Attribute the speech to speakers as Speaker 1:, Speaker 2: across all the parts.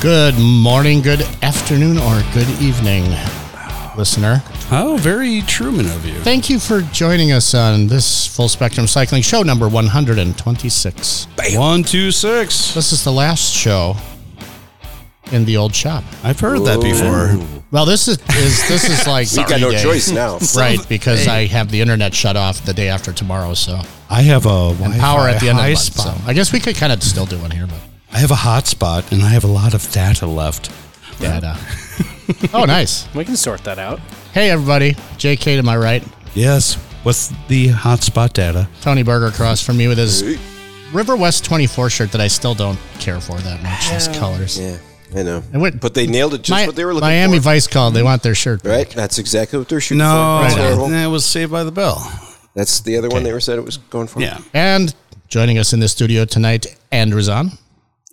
Speaker 1: Good morning, good afternoon, or good evening, listener.
Speaker 2: Oh, very Truman of you.
Speaker 1: Thank you for joining us on this Full Spectrum Cycling Show number 126.
Speaker 2: One, two, six.
Speaker 1: This is the last show in the old shop.
Speaker 2: I've heard that before.
Speaker 1: Well, this is, is this is like
Speaker 3: We got
Speaker 1: three
Speaker 3: no
Speaker 1: days.
Speaker 3: choice now.
Speaker 1: right? Because I have the internet shut off the day after tomorrow, so
Speaker 2: I have a Wi-Fi
Speaker 1: power at the end of the
Speaker 2: high
Speaker 1: month. So
Speaker 2: spot.
Speaker 1: I guess we could kind of still do one here, but
Speaker 2: I have a hotspot, and I have a lot of data left.
Speaker 1: data. uh, oh, nice.
Speaker 4: We can sort that out.
Speaker 1: Hey, everybody. JK to my right.
Speaker 2: Yes, what's the hotspot data?
Speaker 1: Tony Berger across from me with his River West 24 shirt that I still don't care for that much. Those colors.
Speaker 3: Yeah, I know.
Speaker 1: And what-
Speaker 3: but they nailed it just
Speaker 1: Mi-
Speaker 3: what they were looking
Speaker 1: Miami
Speaker 3: for. Mm-hmm.
Speaker 1: Vice called. They want their shirt. back.
Speaker 3: right? That's exactly what they're shooting
Speaker 2: No,
Speaker 3: for. That's,
Speaker 1: Right.
Speaker 3: horrible.
Speaker 2: that was Saved by the Bell.
Speaker 3: That's the other one they were said it was going for.
Speaker 2: Yeah,
Speaker 1: And joining us in the studio tonight, Andrew's on.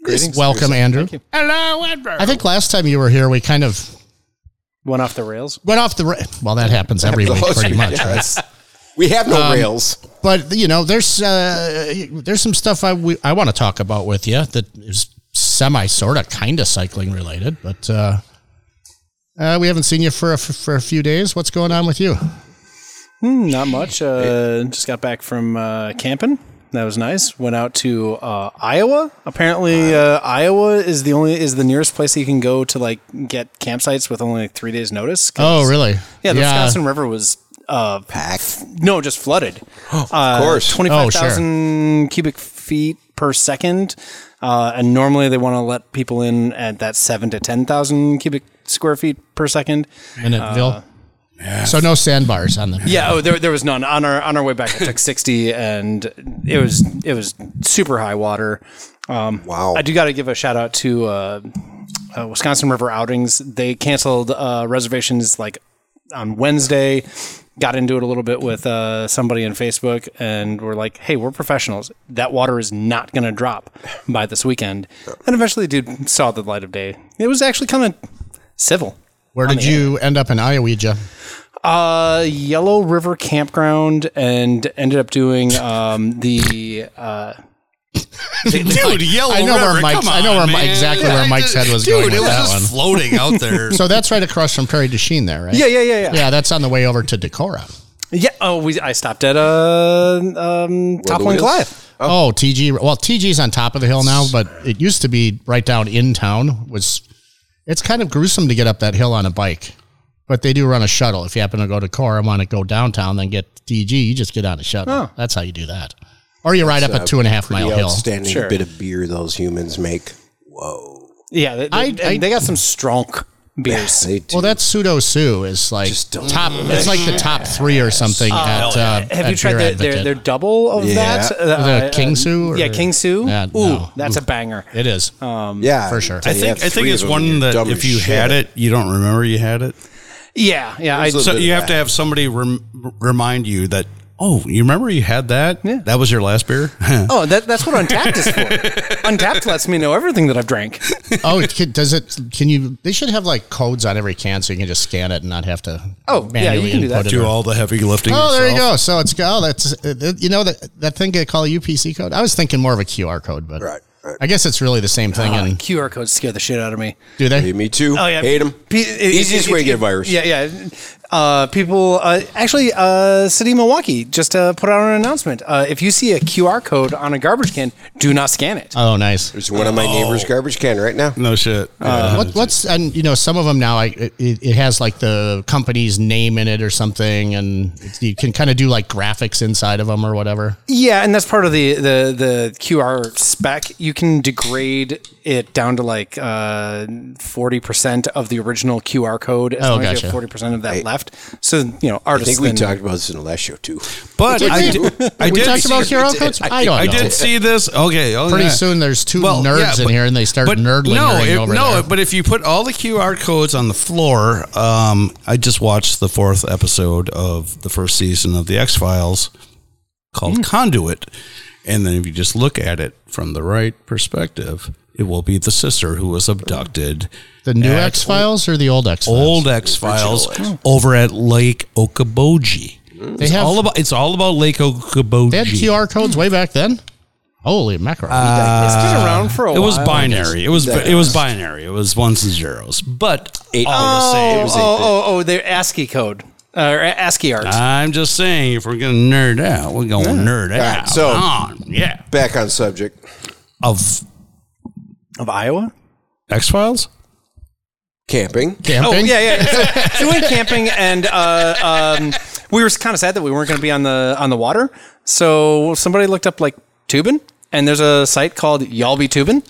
Speaker 3: Greetings.
Speaker 1: Welcome, Andrew.
Speaker 4: Hello, Edward.
Speaker 1: I think last time you were here, we kind of
Speaker 4: Went off the rails.
Speaker 1: went off the. Ra- well, that happens every week, pretty much. Um, Right?
Speaker 3: Yes. We have no rails.
Speaker 1: But you know, there's uh, there's some stuff I we, I want to talk about with you that is semi, sort of, kind of cycling related. But uh, uh, we haven't seen you for a, for a few days. What's going on with you?
Speaker 4: Hmm, not much. Uh, just got back from uh, camping. That was nice. Went out to uh, Iowa. Apparently, uh, Iowa is the only is the nearest place that you can go to like get campsites with only like three days notice. 'Cause-
Speaker 1: Oh, really?
Speaker 4: Yeah, the Wisconsin River was uh,
Speaker 3: Packed.
Speaker 4: no, just flooded. of
Speaker 3: course.
Speaker 4: uh,
Speaker 3: Oh,
Speaker 4: twenty five thousand cubic feet per second, uh, and normally they want to let people in at that seven to ten thousand cubic square feet per second.
Speaker 1: Minuteville. So no sandbars on the
Speaker 4: uh, Yeah, oh, there, there was none on our on our way back. I took sixty, and it was it was super high water. Um,
Speaker 3: Wow.
Speaker 4: I do got to give a shout out to uh, uh, Wisconsin River Outings. They canceled uh, reservations like on Wednesday. Got into it a little bit with uh, somebody on Facebook, and we're like, "Hey, we're professionals. That water is not going to drop by this weekend." And eventually, dude saw the light of day. It was actually kind of civil.
Speaker 1: Where did you end up in Iowa?
Speaker 4: Uh, Yellow River Campground, and ended up doing um, the uh,
Speaker 2: dude, yellow.
Speaker 1: I know where
Speaker 2: River,
Speaker 1: Mike's-
Speaker 2: come
Speaker 1: I know where
Speaker 2: on,
Speaker 1: Mike-
Speaker 2: man.
Speaker 1: exactly where
Speaker 2: I
Speaker 1: Mike's
Speaker 2: just-
Speaker 1: head was
Speaker 2: dude,
Speaker 1: going with
Speaker 2: it was
Speaker 1: that
Speaker 2: just
Speaker 1: one.
Speaker 2: floating out there.
Speaker 1: So that's right across from Prairie du Chien there, right?
Speaker 4: yeah, yeah, yeah, yeah, yeah.
Speaker 1: Yeah, that's on the way over to Decorah.
Speaker 4: Oh, we I stopped at uh um Toppling
Speaker 3: wheels?
Speaker 4: Goliath.
Speaker 1: Oh, TG. Well, TG's on top of the hill now, but it used to be right down in town. Was it's kind of gruesome to get up that hill on a bike, but they do run a shuttle. If you happen to go to Core and want to go downtown, then get TG. You just get on a shuttle. That's how you do that. Or you ride up a two and a half
Speaker 3: The
Speaker 1: mile hill.
Speaker 3: outstanding
Speaker 4: Sure.
Speaker 3: bit of beer those humans make. Whoa.
Speaker 4: Yeah, they, they,
Speaker 1: I- I-
Speaker 4: they got some strong beers.
Speaker 3: They do.
Speaker 1: Well, that pseudo Sue is like
Speaker 3: don't
Speaker 1: top. It's like the top three or something at. Uh,
Speaker 4: Oh, Have
Speaker 1: at
Speaker 4: you tried
Speaker 1: Beer
Speaker 4: their, their
Speaker 1: Advocate.
Speaker 4: their double of
Speaker 3: Yeah.
Speaker 4: that? Uh,
Speaker 1: The
Speaker 4: uh,
Speaker 1: King Sue or-
Speaker 4: Yeah, King Sue.
Speaker 1: Yeah,
Speaker 4: Ooh,
Speaker 1: no.
Speaker 4: that's a banger.
Speaker 1: It is.
Speaker 4: Oh.
Speaker 3: yeah.
Speaker 1: for sure.
Speaker 2: I
Speaker 3: you
Speaker 2: think
Speaker 3: have
Speaker 2: I think
Speaker 3: three
Speaker 2: it's
Speaker 3: of them, you're
Speaker 2: one that
Speaker 3: dumb
Speaker 2: if
Speaker 3: as
Speaker 2: you had
Speaker 3: shit.
Speaker 2: it, you don't remember you had it.
Speaker 4: Yeah, yeah. I,
Speaker 3: There's a
Speaker 2: So
Speaker 3: bit
Speaker 2: you
Speaker 3: of
Speaker 2: have to
Speaker 3: that.
Speaker 2: have somebody rem- remind you that. Oh, you remember you had that?
Speaker 4: Yeah.
Speaker 2: That was your last beer.
Speaker 4: oh, that, that's what Untapped is for. Untapped lets me know everything that I've drank.
Speaker 1: oh, it can, does it? Can you? They should have like codes on every can, so you can just scan it and not have to.
Speaker 4: Oh, yeah, you
Speaker 1: manually
Speaker 4: can do that.
Speaker 1: input it
Speaker 2: Do
Speaker 1: or-
Speaker 2: all the heavy lifting.
Speaker 1: Oh, there you
Speaker 2: yourself.
Speaker 1: go. So it's go. That's uh, uh, you know that that thing they call a UPC code. I was thinking more of a QR code, but
Speaker 3: Right, right.
Speaker 1: I guess it's really the same thing. And
Speaker 4: QR codes scare the shit out of me.
Speaker 1: do
Speaker 3: Hey,
Speaker 1: they?
Speaker 3: me too.
Speaker 4: Oh yeah,
Speaker 3: Hate them.
Speaker 4: P- it- it-
Speaker 3: Easiest
Speaker 4: it-
Speaker 3: way
Speaker 4: it-
Speaker 3: to get a virus.
Speaker 4: Yeah, yeah. Uh, people, uh, actually, uh, City of Milwaukee just uh, put out an announcement. Uh, if you see a QR code on a garbage can, do not scan it.
Speaker 1: Oh, nice.
Speaker 3: There's one on my neighbor's garbage can right now.
Speaker 2: No shit.
Speaker 1: Uh, What, what's and you know some of them now I, it, it has like the company's name in it or something and it's, you can kind of do like graphics inside of them or whatever
Speaker 4: yeah, and that's part of the, the the QR spec. You can degrade it down to like uh, forty percent of the original QR code. As
Speaker 1: Oh,
Speaker 4: long as you
Speaker 1: gotcha.
Speaker 4: have forty percent of that left. So you know, artists.
Speaker 3: I think we
Speaker 4: then-
Speaker 3: talked about this in the last show too.
Speaker 2: but I
Speaker 1: we
Speaker 2: did, I did
Speaker 1: talked
Speaker 2: see-
Speaker 1: about QR codes I don't
Speaker 2: I
Speaker 1: know
Speaker 2: did see this. Okay. oh,
Speaker 1: pretty
Speaker 2: yeah.
Speaker 1: soon there's two
Speaker 2: Well,
Speaker 1: nerds
Speaker 2: yeah,
Speaker 1: in
Speaker 2: but-
Speaker 1: here and they start
Speaker 2: but
Speaker 1: nerdling
Speaker 2: no, if-
Speaker 1: over
Speaker 2: no.
Speaker 1: there.
Speaker 2: But if you put all the QR codes on the floor, um, I just watched the fourth episode of the first season of the X Files called Conduit, and then if you just look at it from the right perspective, it will be the sister who was abducted.
Speaker 1: the new
Speaker 2: at
Speaker 1: X Files or the old X Files
Speaker 2: Old X Files over at Lake Okoboji.
Speaker 1: they have
Speaker 2: All about it's all about Lake Okoboji.
Speaker 1: they had QR codes way back then Holy mackerel.
Speaker 4: it's been around for a
Speaker 2: It
Speaker 4: while.
Speaker 2: was binary. It was
Speaker 3: That
Speaker 2: it was
Speaker 3: is-
Speaker 2: binary. It was ones and zeros, but
Speaker 3: Eight-
Speaker 2: all the same.
Speaker 3: It
Speaker 4: Oh,
Speaker 3: was
Speaker 4: oh,
Speaker 3: a-
Speaker 4: oh, oh, they're ASCII code uh, or ASCII art.
Speaker 2: I'm just saying, if we're gonna nerd out, we're gonna nerd
Speaker 3: right,
Speaker 2: out.
Speaker 3: so-
Speaker 2: on, yeah,
Speaker 3: Back on subject.
Speaker 2: of
Speaker 4: of Iowa?
Speaker 2: X Files.
Speaker 3: Camping.
Speaker 4: Oh,
Speaker 1: Camping?
Speaker 4: yeah, yeah. So, so we went camping, and uh, um, we were kind of sad that we weren't going to be on the on the water. So somebody looked up like tubing, and there's a site called Yalby Tubing,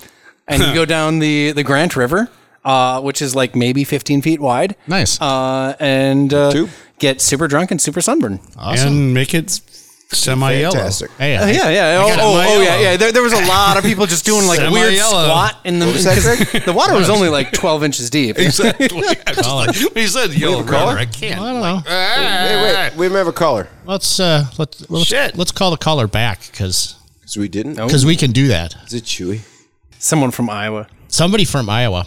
Speaker 4: and you go down the the Grant River, uh, which is like maybe 15 feet wide.
Speaker 1: Nice.
Speaker 4: Uh, and uh,
Speaker 3: Tube.
Speaker 4: get super drunk and super sunburned.
Speaker 2: Oh, and make it semi yellow.
Speaker 3: Fantastic.
Speaker 1: hey,
Speaker 4: Uh,
Speaker 1: I-
Speaker 4: yeah, yeah.
Speaker 2: I
Speaker 4: Oh,
Speaker 2: got
Speaker 4: oh,
Speaker 2: my
Speaker 4: oh, yeah,
Speaker 2: yellow.
Speaker 4: yeah. There, there was a lot of people just doing like weird
Speaker 2: Semi-yellow.
Speaker 4: squat in the
Speaker 3: What was that,
Speaker 4: 'cause
Speaker 3: Greg?
Speaker 4: the water was only like 12 inches deep.
Speaker 2: Exactly. I'm just like, when he said yellow
Speaker 3: have a color?
Speaker 2: color, I can't.
Speaker 1: I don't know.
Speaker 3: Hey, wait. We don't have a caller.
Speaker 1: Let's uh, let's let's,
Speaker 2: Shit.
Speaker 1: let's call the caller back because
Speaker 3: Because we didn't.
Speaker 4: No.
Speaker 1: we can do that.
Speaker 3: Is it Chewy?
Speaker 4: Someone from Iowa.
Speaker 1: Somebody from Iowa,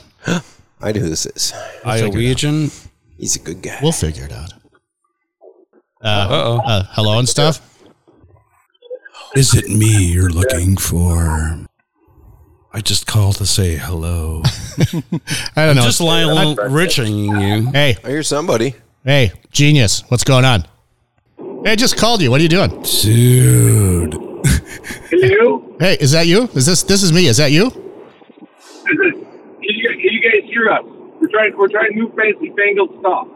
Speaker 3: I know who this is.
Speaker 2: Iowegian.
Speaker 3: He's a good guy.
Speaker 1: we'll figure it out.
Speaker 4: Uh-huh.
Speaker 2: Uh oh.
Speaker 1: Uh, hello and stuff.
Speaker 2: Is it me you're looking for? I just called to say hello.
Speaker 1: I don't know.
Speaker 2: Just Lionel Riching you.
Speaker 1: hey,
Speaker 3: I hear somebody.
Speaker 1: hey, genius! What's going on? Hey, I just called you. What are you doing?
Speaker 2: Dude.
Speaker 5: Hello?
Speaker 1: Hey, is that you? Is this this is me? Is that you?
Speaker 5: Is it, can, you, can you guys hear us? We're trying, we're trying new fancy fangled stuff.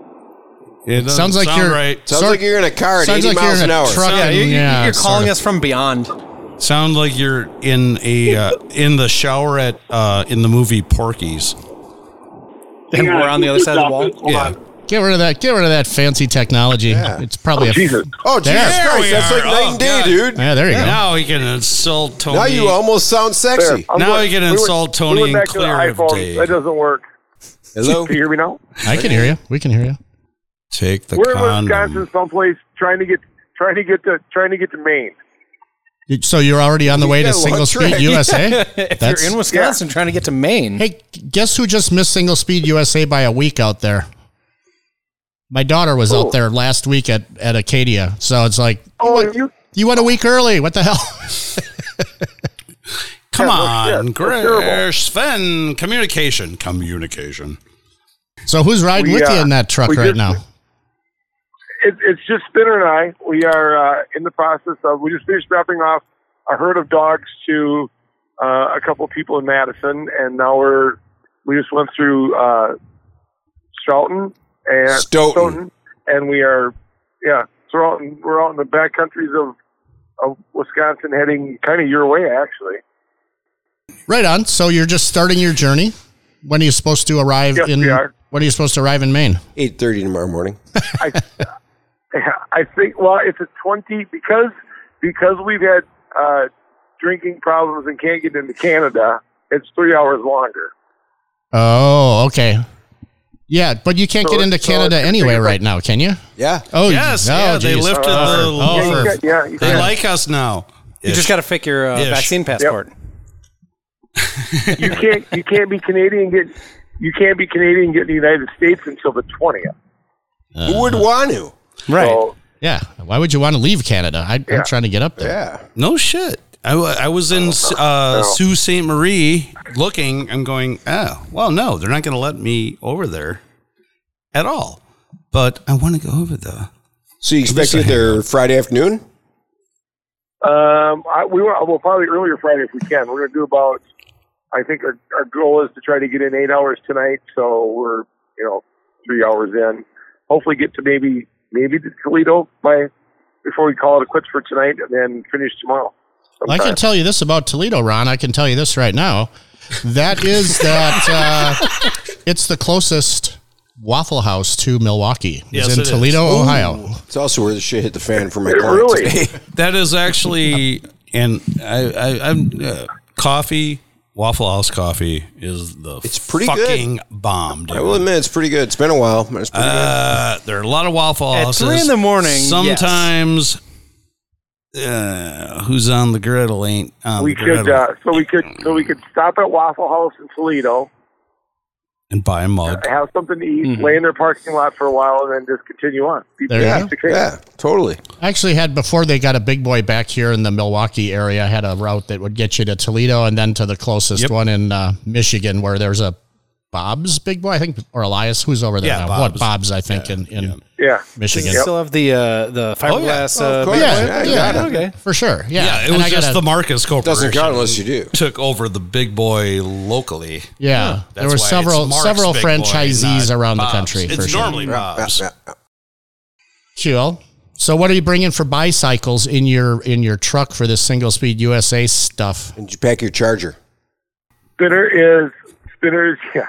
Speaker 2: It
Speaker 1: Sounds like you're-
Speaker 2: right.
Speaker 3: Sounds
Speaker 1: Sorry-
Speaker 3: like you're in a car at
Speaker 1: sounds
Speaker 3: 80
Speaker 1: like you're
Speaker 3: miles
Speaker 1: in
Speaker 3: an
Speaker 1: a
Speaker 3: hour.
Speaker 1: truck.
Speaker 4: Yeah, you,
Speaker 1: Yeah,
Speaker 4: you're calling
Speaker 1: sort of.
Speaker 4: us from beyond.
Speaker 2: Sound like you're in a uh, in the shower at uh, in the movie Porky's.
Speaker 4: And
Speaker 5: Hang
Speaker 4: we're on the other side of the wall.
Speaker 5: Hold
Speaker 2: Yeah.
Speaker 5: on.
Speaker 1: Get rid of that. Get rid of that fancy technology.
Speaker 3: Yeah.
Speaker 1: It's probably a
Speaker 5: Jesus.
Speaker 3: Oh, Jesus
Speaker 1: There.
Speaker 2: There
Speaker 3: Christ.
Speaker 2: we
Speaker 3: That's
Speaker 2: are.
Speaker 3: like night
Speaker 2: Oh,
Speaker 3: and day,
Speaker 2: God.
Speaker 3: dude.
Speaker 1: Yeah, there you go.
Speaker 2: Now we can insult Tony.
Speaker 3: Now you almost sound
Speaker 5: There.
Speaker 3: sexy.
Speaker 5: um, I'm
Speaker 2: Now
Speaker 5: going-
Speaker 2: I can
Speaker 5: went-
Speaker 2: insult Tony
Speaker 5: went
Speaker 2: and
Speaker 5: back to the
Speaker 2: Claire of
Speaker 5: iPhone.
Speaker 2: Dave.
Speaker 5: That doesn't work.
Speaker 4: Oh.
Speaker 3: Hello?
Speaker 5: Can you hear me now?
Speaker 1: I can hear you. We can hear you.
Speaker 2: Take the
Speaker 5: We're in Wisconsin
Speaker 2: condom.
Speaker 5: someplace trying to get trying to get to trying to get to Maine.
Speaker 1: You- So you're already on the way to
Speaker 3: got one
Speaker 1: Single Speed
Speaker 3: trick.
Speaker 1: USA.
Speaker 4: If
Speaker 1: That's-
Speaker 4: you're in Wisconsin trying to get to Maine,
Speaker 1: Hey, guess who just missed Single Speed USA by a week out there? My daughter was out there last week at, at Acadia. So it's like,
Speaker 5: Oh, you
Speaker 1: you went a week early. What the hell?
Speaker 2: Come
Speaker 5: Yeah, no
Speaker 2: on,
Speaker 5: shit. That's terrible.
Speaker 2: Greer, Sven, communication, communication.
Speaker 1: So who's riding
Speaker 5: We,
Speaker 1: with you
Speaker 5: uh,
Speaker 1: in that truck
Speaker 5: we
Speaker 1: right
Speaker 5: just-
Speaker 1: now?
Speaker 5: it, it's just Spinner and I. We are uh, in the process of. We just finished dropping off a herd of dogs to uh, a couple of people in Madison, and now we're we just went through uh, Stoughton and
Speaker 3: Stoughton.
Speaker 5: and we are yeah. So we're out in, we're out in the back countries of of Wisconsin, heading kind of your way actually.
Speaker 1: Right on. So you're just starting your journey. When are you supposed to arrive
Speaker 5: Yes,
Speaker 1: in?
Speaker 5: we are.
Speaker 1: When are you supposed to arrive in Maine?
Speaker 3: 8.30 tomorrow morning.
Speaker 5: I, I think. Well, it's a twenty because because we've had uh, drinking problems and can't get into Canada. It's three hours longer.
Speaker 1: Oh, okay. Yeah, but you can't
Speaker 5: So
Speaker 1: get into
Speaker 5: it's- so
Speaker 1: Canada
Speaker 5: it's-
Speaker 1: anyway
Speaker 5: it's like-
Speaker 1: right now, can you?
Speaker 3: Yeah.
Speaker 1: Oh,
Speaker 2: Yes,
Speaker 1: oh,
Speaker 2: yeah, they
Speaker 1: geez.
Speaker 2: lifted the.
Speaker 1: Oh,
Speaker 5: yeah,
Speaker 1: for-
Speaker 5: you got, yeah, you
Speaker 2: They
Speaker 5: can.
Speaker 2: like us now.
Speaker 4: you just got to fake your uh,
Speaker 2: Ish.
Speaker 4: vaccine passport.
Speaker 5: you can't you can't be Canadian get you can't be Canadian get in the United States until the twentieth.
Speaker 3: Who would want to?
Speaker 4: Right.
Speaker 5: So
Speaker 1: Yeah. Why would you want to leave Canada? I,
Speaker 5: Yeah.
Speaker 1: I'm trying to get up there.
Speaker 3: Yeah.
Speaker 2: No shit. I, wa- I was in
Speaker 5: Oh,
Speaker 2: uh, Sault Ste. Marie looking. I'm going, oh, well, no, they're not going to let me over there at all. But I want to go over there.
Speaker 3: So you expect
Speaker 2: least I
Speaker 3: you there Friday afternoon?
Speaker 5: um, I, we want well probably earlier Friday if we can. We're gonna do about. I think our our goal is to try to get in eight hours tonight. So we're you know three hours in. Hopefully get to maybe maybe to Toledo by before we call it a quits for tonight and then finish tomorrow.
Speaker 1: I
Speaker 5: sometime.
Speaker 1: can tell you this about Toledo, Ron. I can tell you this right now. That is that uh, it's the closest Waffle House to Milwaukee. It's
Speaker 2: Yes,
Speaker 1: in
Speaker 2: it is.
Speaker 1: Toledo, Ohio.
Speaker 3: It's also where the shit hit the fan for my
Speaker 5: It
Speaker 3: client
Speaker 5: really-
Speaker 3: today.
Speaker 2: That is actually, and I, I, I'm uh, coffee, Waffle House coffee is the
Speaker 3: It's pretty good.
Speaker 2: fucking bomb, dude.
Speaker 3: I will admit, it's pretty good. It's been a while. but It's pretty
Speaker 2: Uh, there are a lot of waffle
Speaker 4: At
Speaker 2: houses.
Speaker 4: three in the morning, yes.
Speaker 2: Sometimes, uh, who's on the griddle ain't on
Speaker 5: we
Speaker 3: uh,
Speaker 2: the griddle.
Speaker 5: could uh, so we could so we could stop at Waffle House in Toledo,
Speaker 2: and buy a mug.
Speaker 5: have something to eat, lay in their parking lot for a while, and then just continue on. People
Speaker 1: There you
Speaker 5: have
Speaker 1: go.
Speaker 5: to create-
Speaker 3: Yeah, totally.
Speaker 1: I actually had before they got a big boy back here in the Milwaukee area. I had a route that would get you to Toledo and then to the closest
Speaker 2: Yep.
Speaker 1: one in uh, Michigan, where there's a Bob's Big Boy, I think, or Elias, who's over there
Speaker 2: Yeah,
Speaker 1: now?
Speaker 2: Bob's.
Speaker 1: What Bob's, I think, in, in
Speaker 5: yeah.
Speaker 1: Michigan.
Speaker 4: You still have the uh, the fiberglass.
Speaker 2: Oh, of
Speaker 4: uh,
Speaker 2: course.
Speaker 1: Yeah, yeah,
Speaker 4: okay.
Speaker 1: for sure. Yeah,
Speaker 2: Yeah, it
Speaker 1: And
Speaker 2: was
Speaker 1: I got
Speaker 2: just
Speaker 1: a-
Speaker 2: the Marcus Corporation.
Speaker 3: Doesn't count unless you do.
Speaker 2: took over the big boy locally.
Speaker 1: Yeah, there were
Speaker 2: That's why
Speaker 1: several
Speaker 2: it's Mark's
Speaker 1: several
Speaker 2: Big Boy,
Speaker 1: franchisees
Speaker 2: not
Speaker 1: around
Speaker 2: Bob's.
Speaker 1: the country.
Speaker 2: It's
Speaker 1: for sure.
Speaker 2: normally
Speaker 3: Yeah,
Speaker 2: Rob's.
Speaker 3: yeah, yeah.
Speaker 1: Cool. So, what are you bringing for bicycles in your in your truck for this single speed USA stuff?
Speaker 3: And you pack your charger.
Speaker 5: Spinner is spinners. Yeah.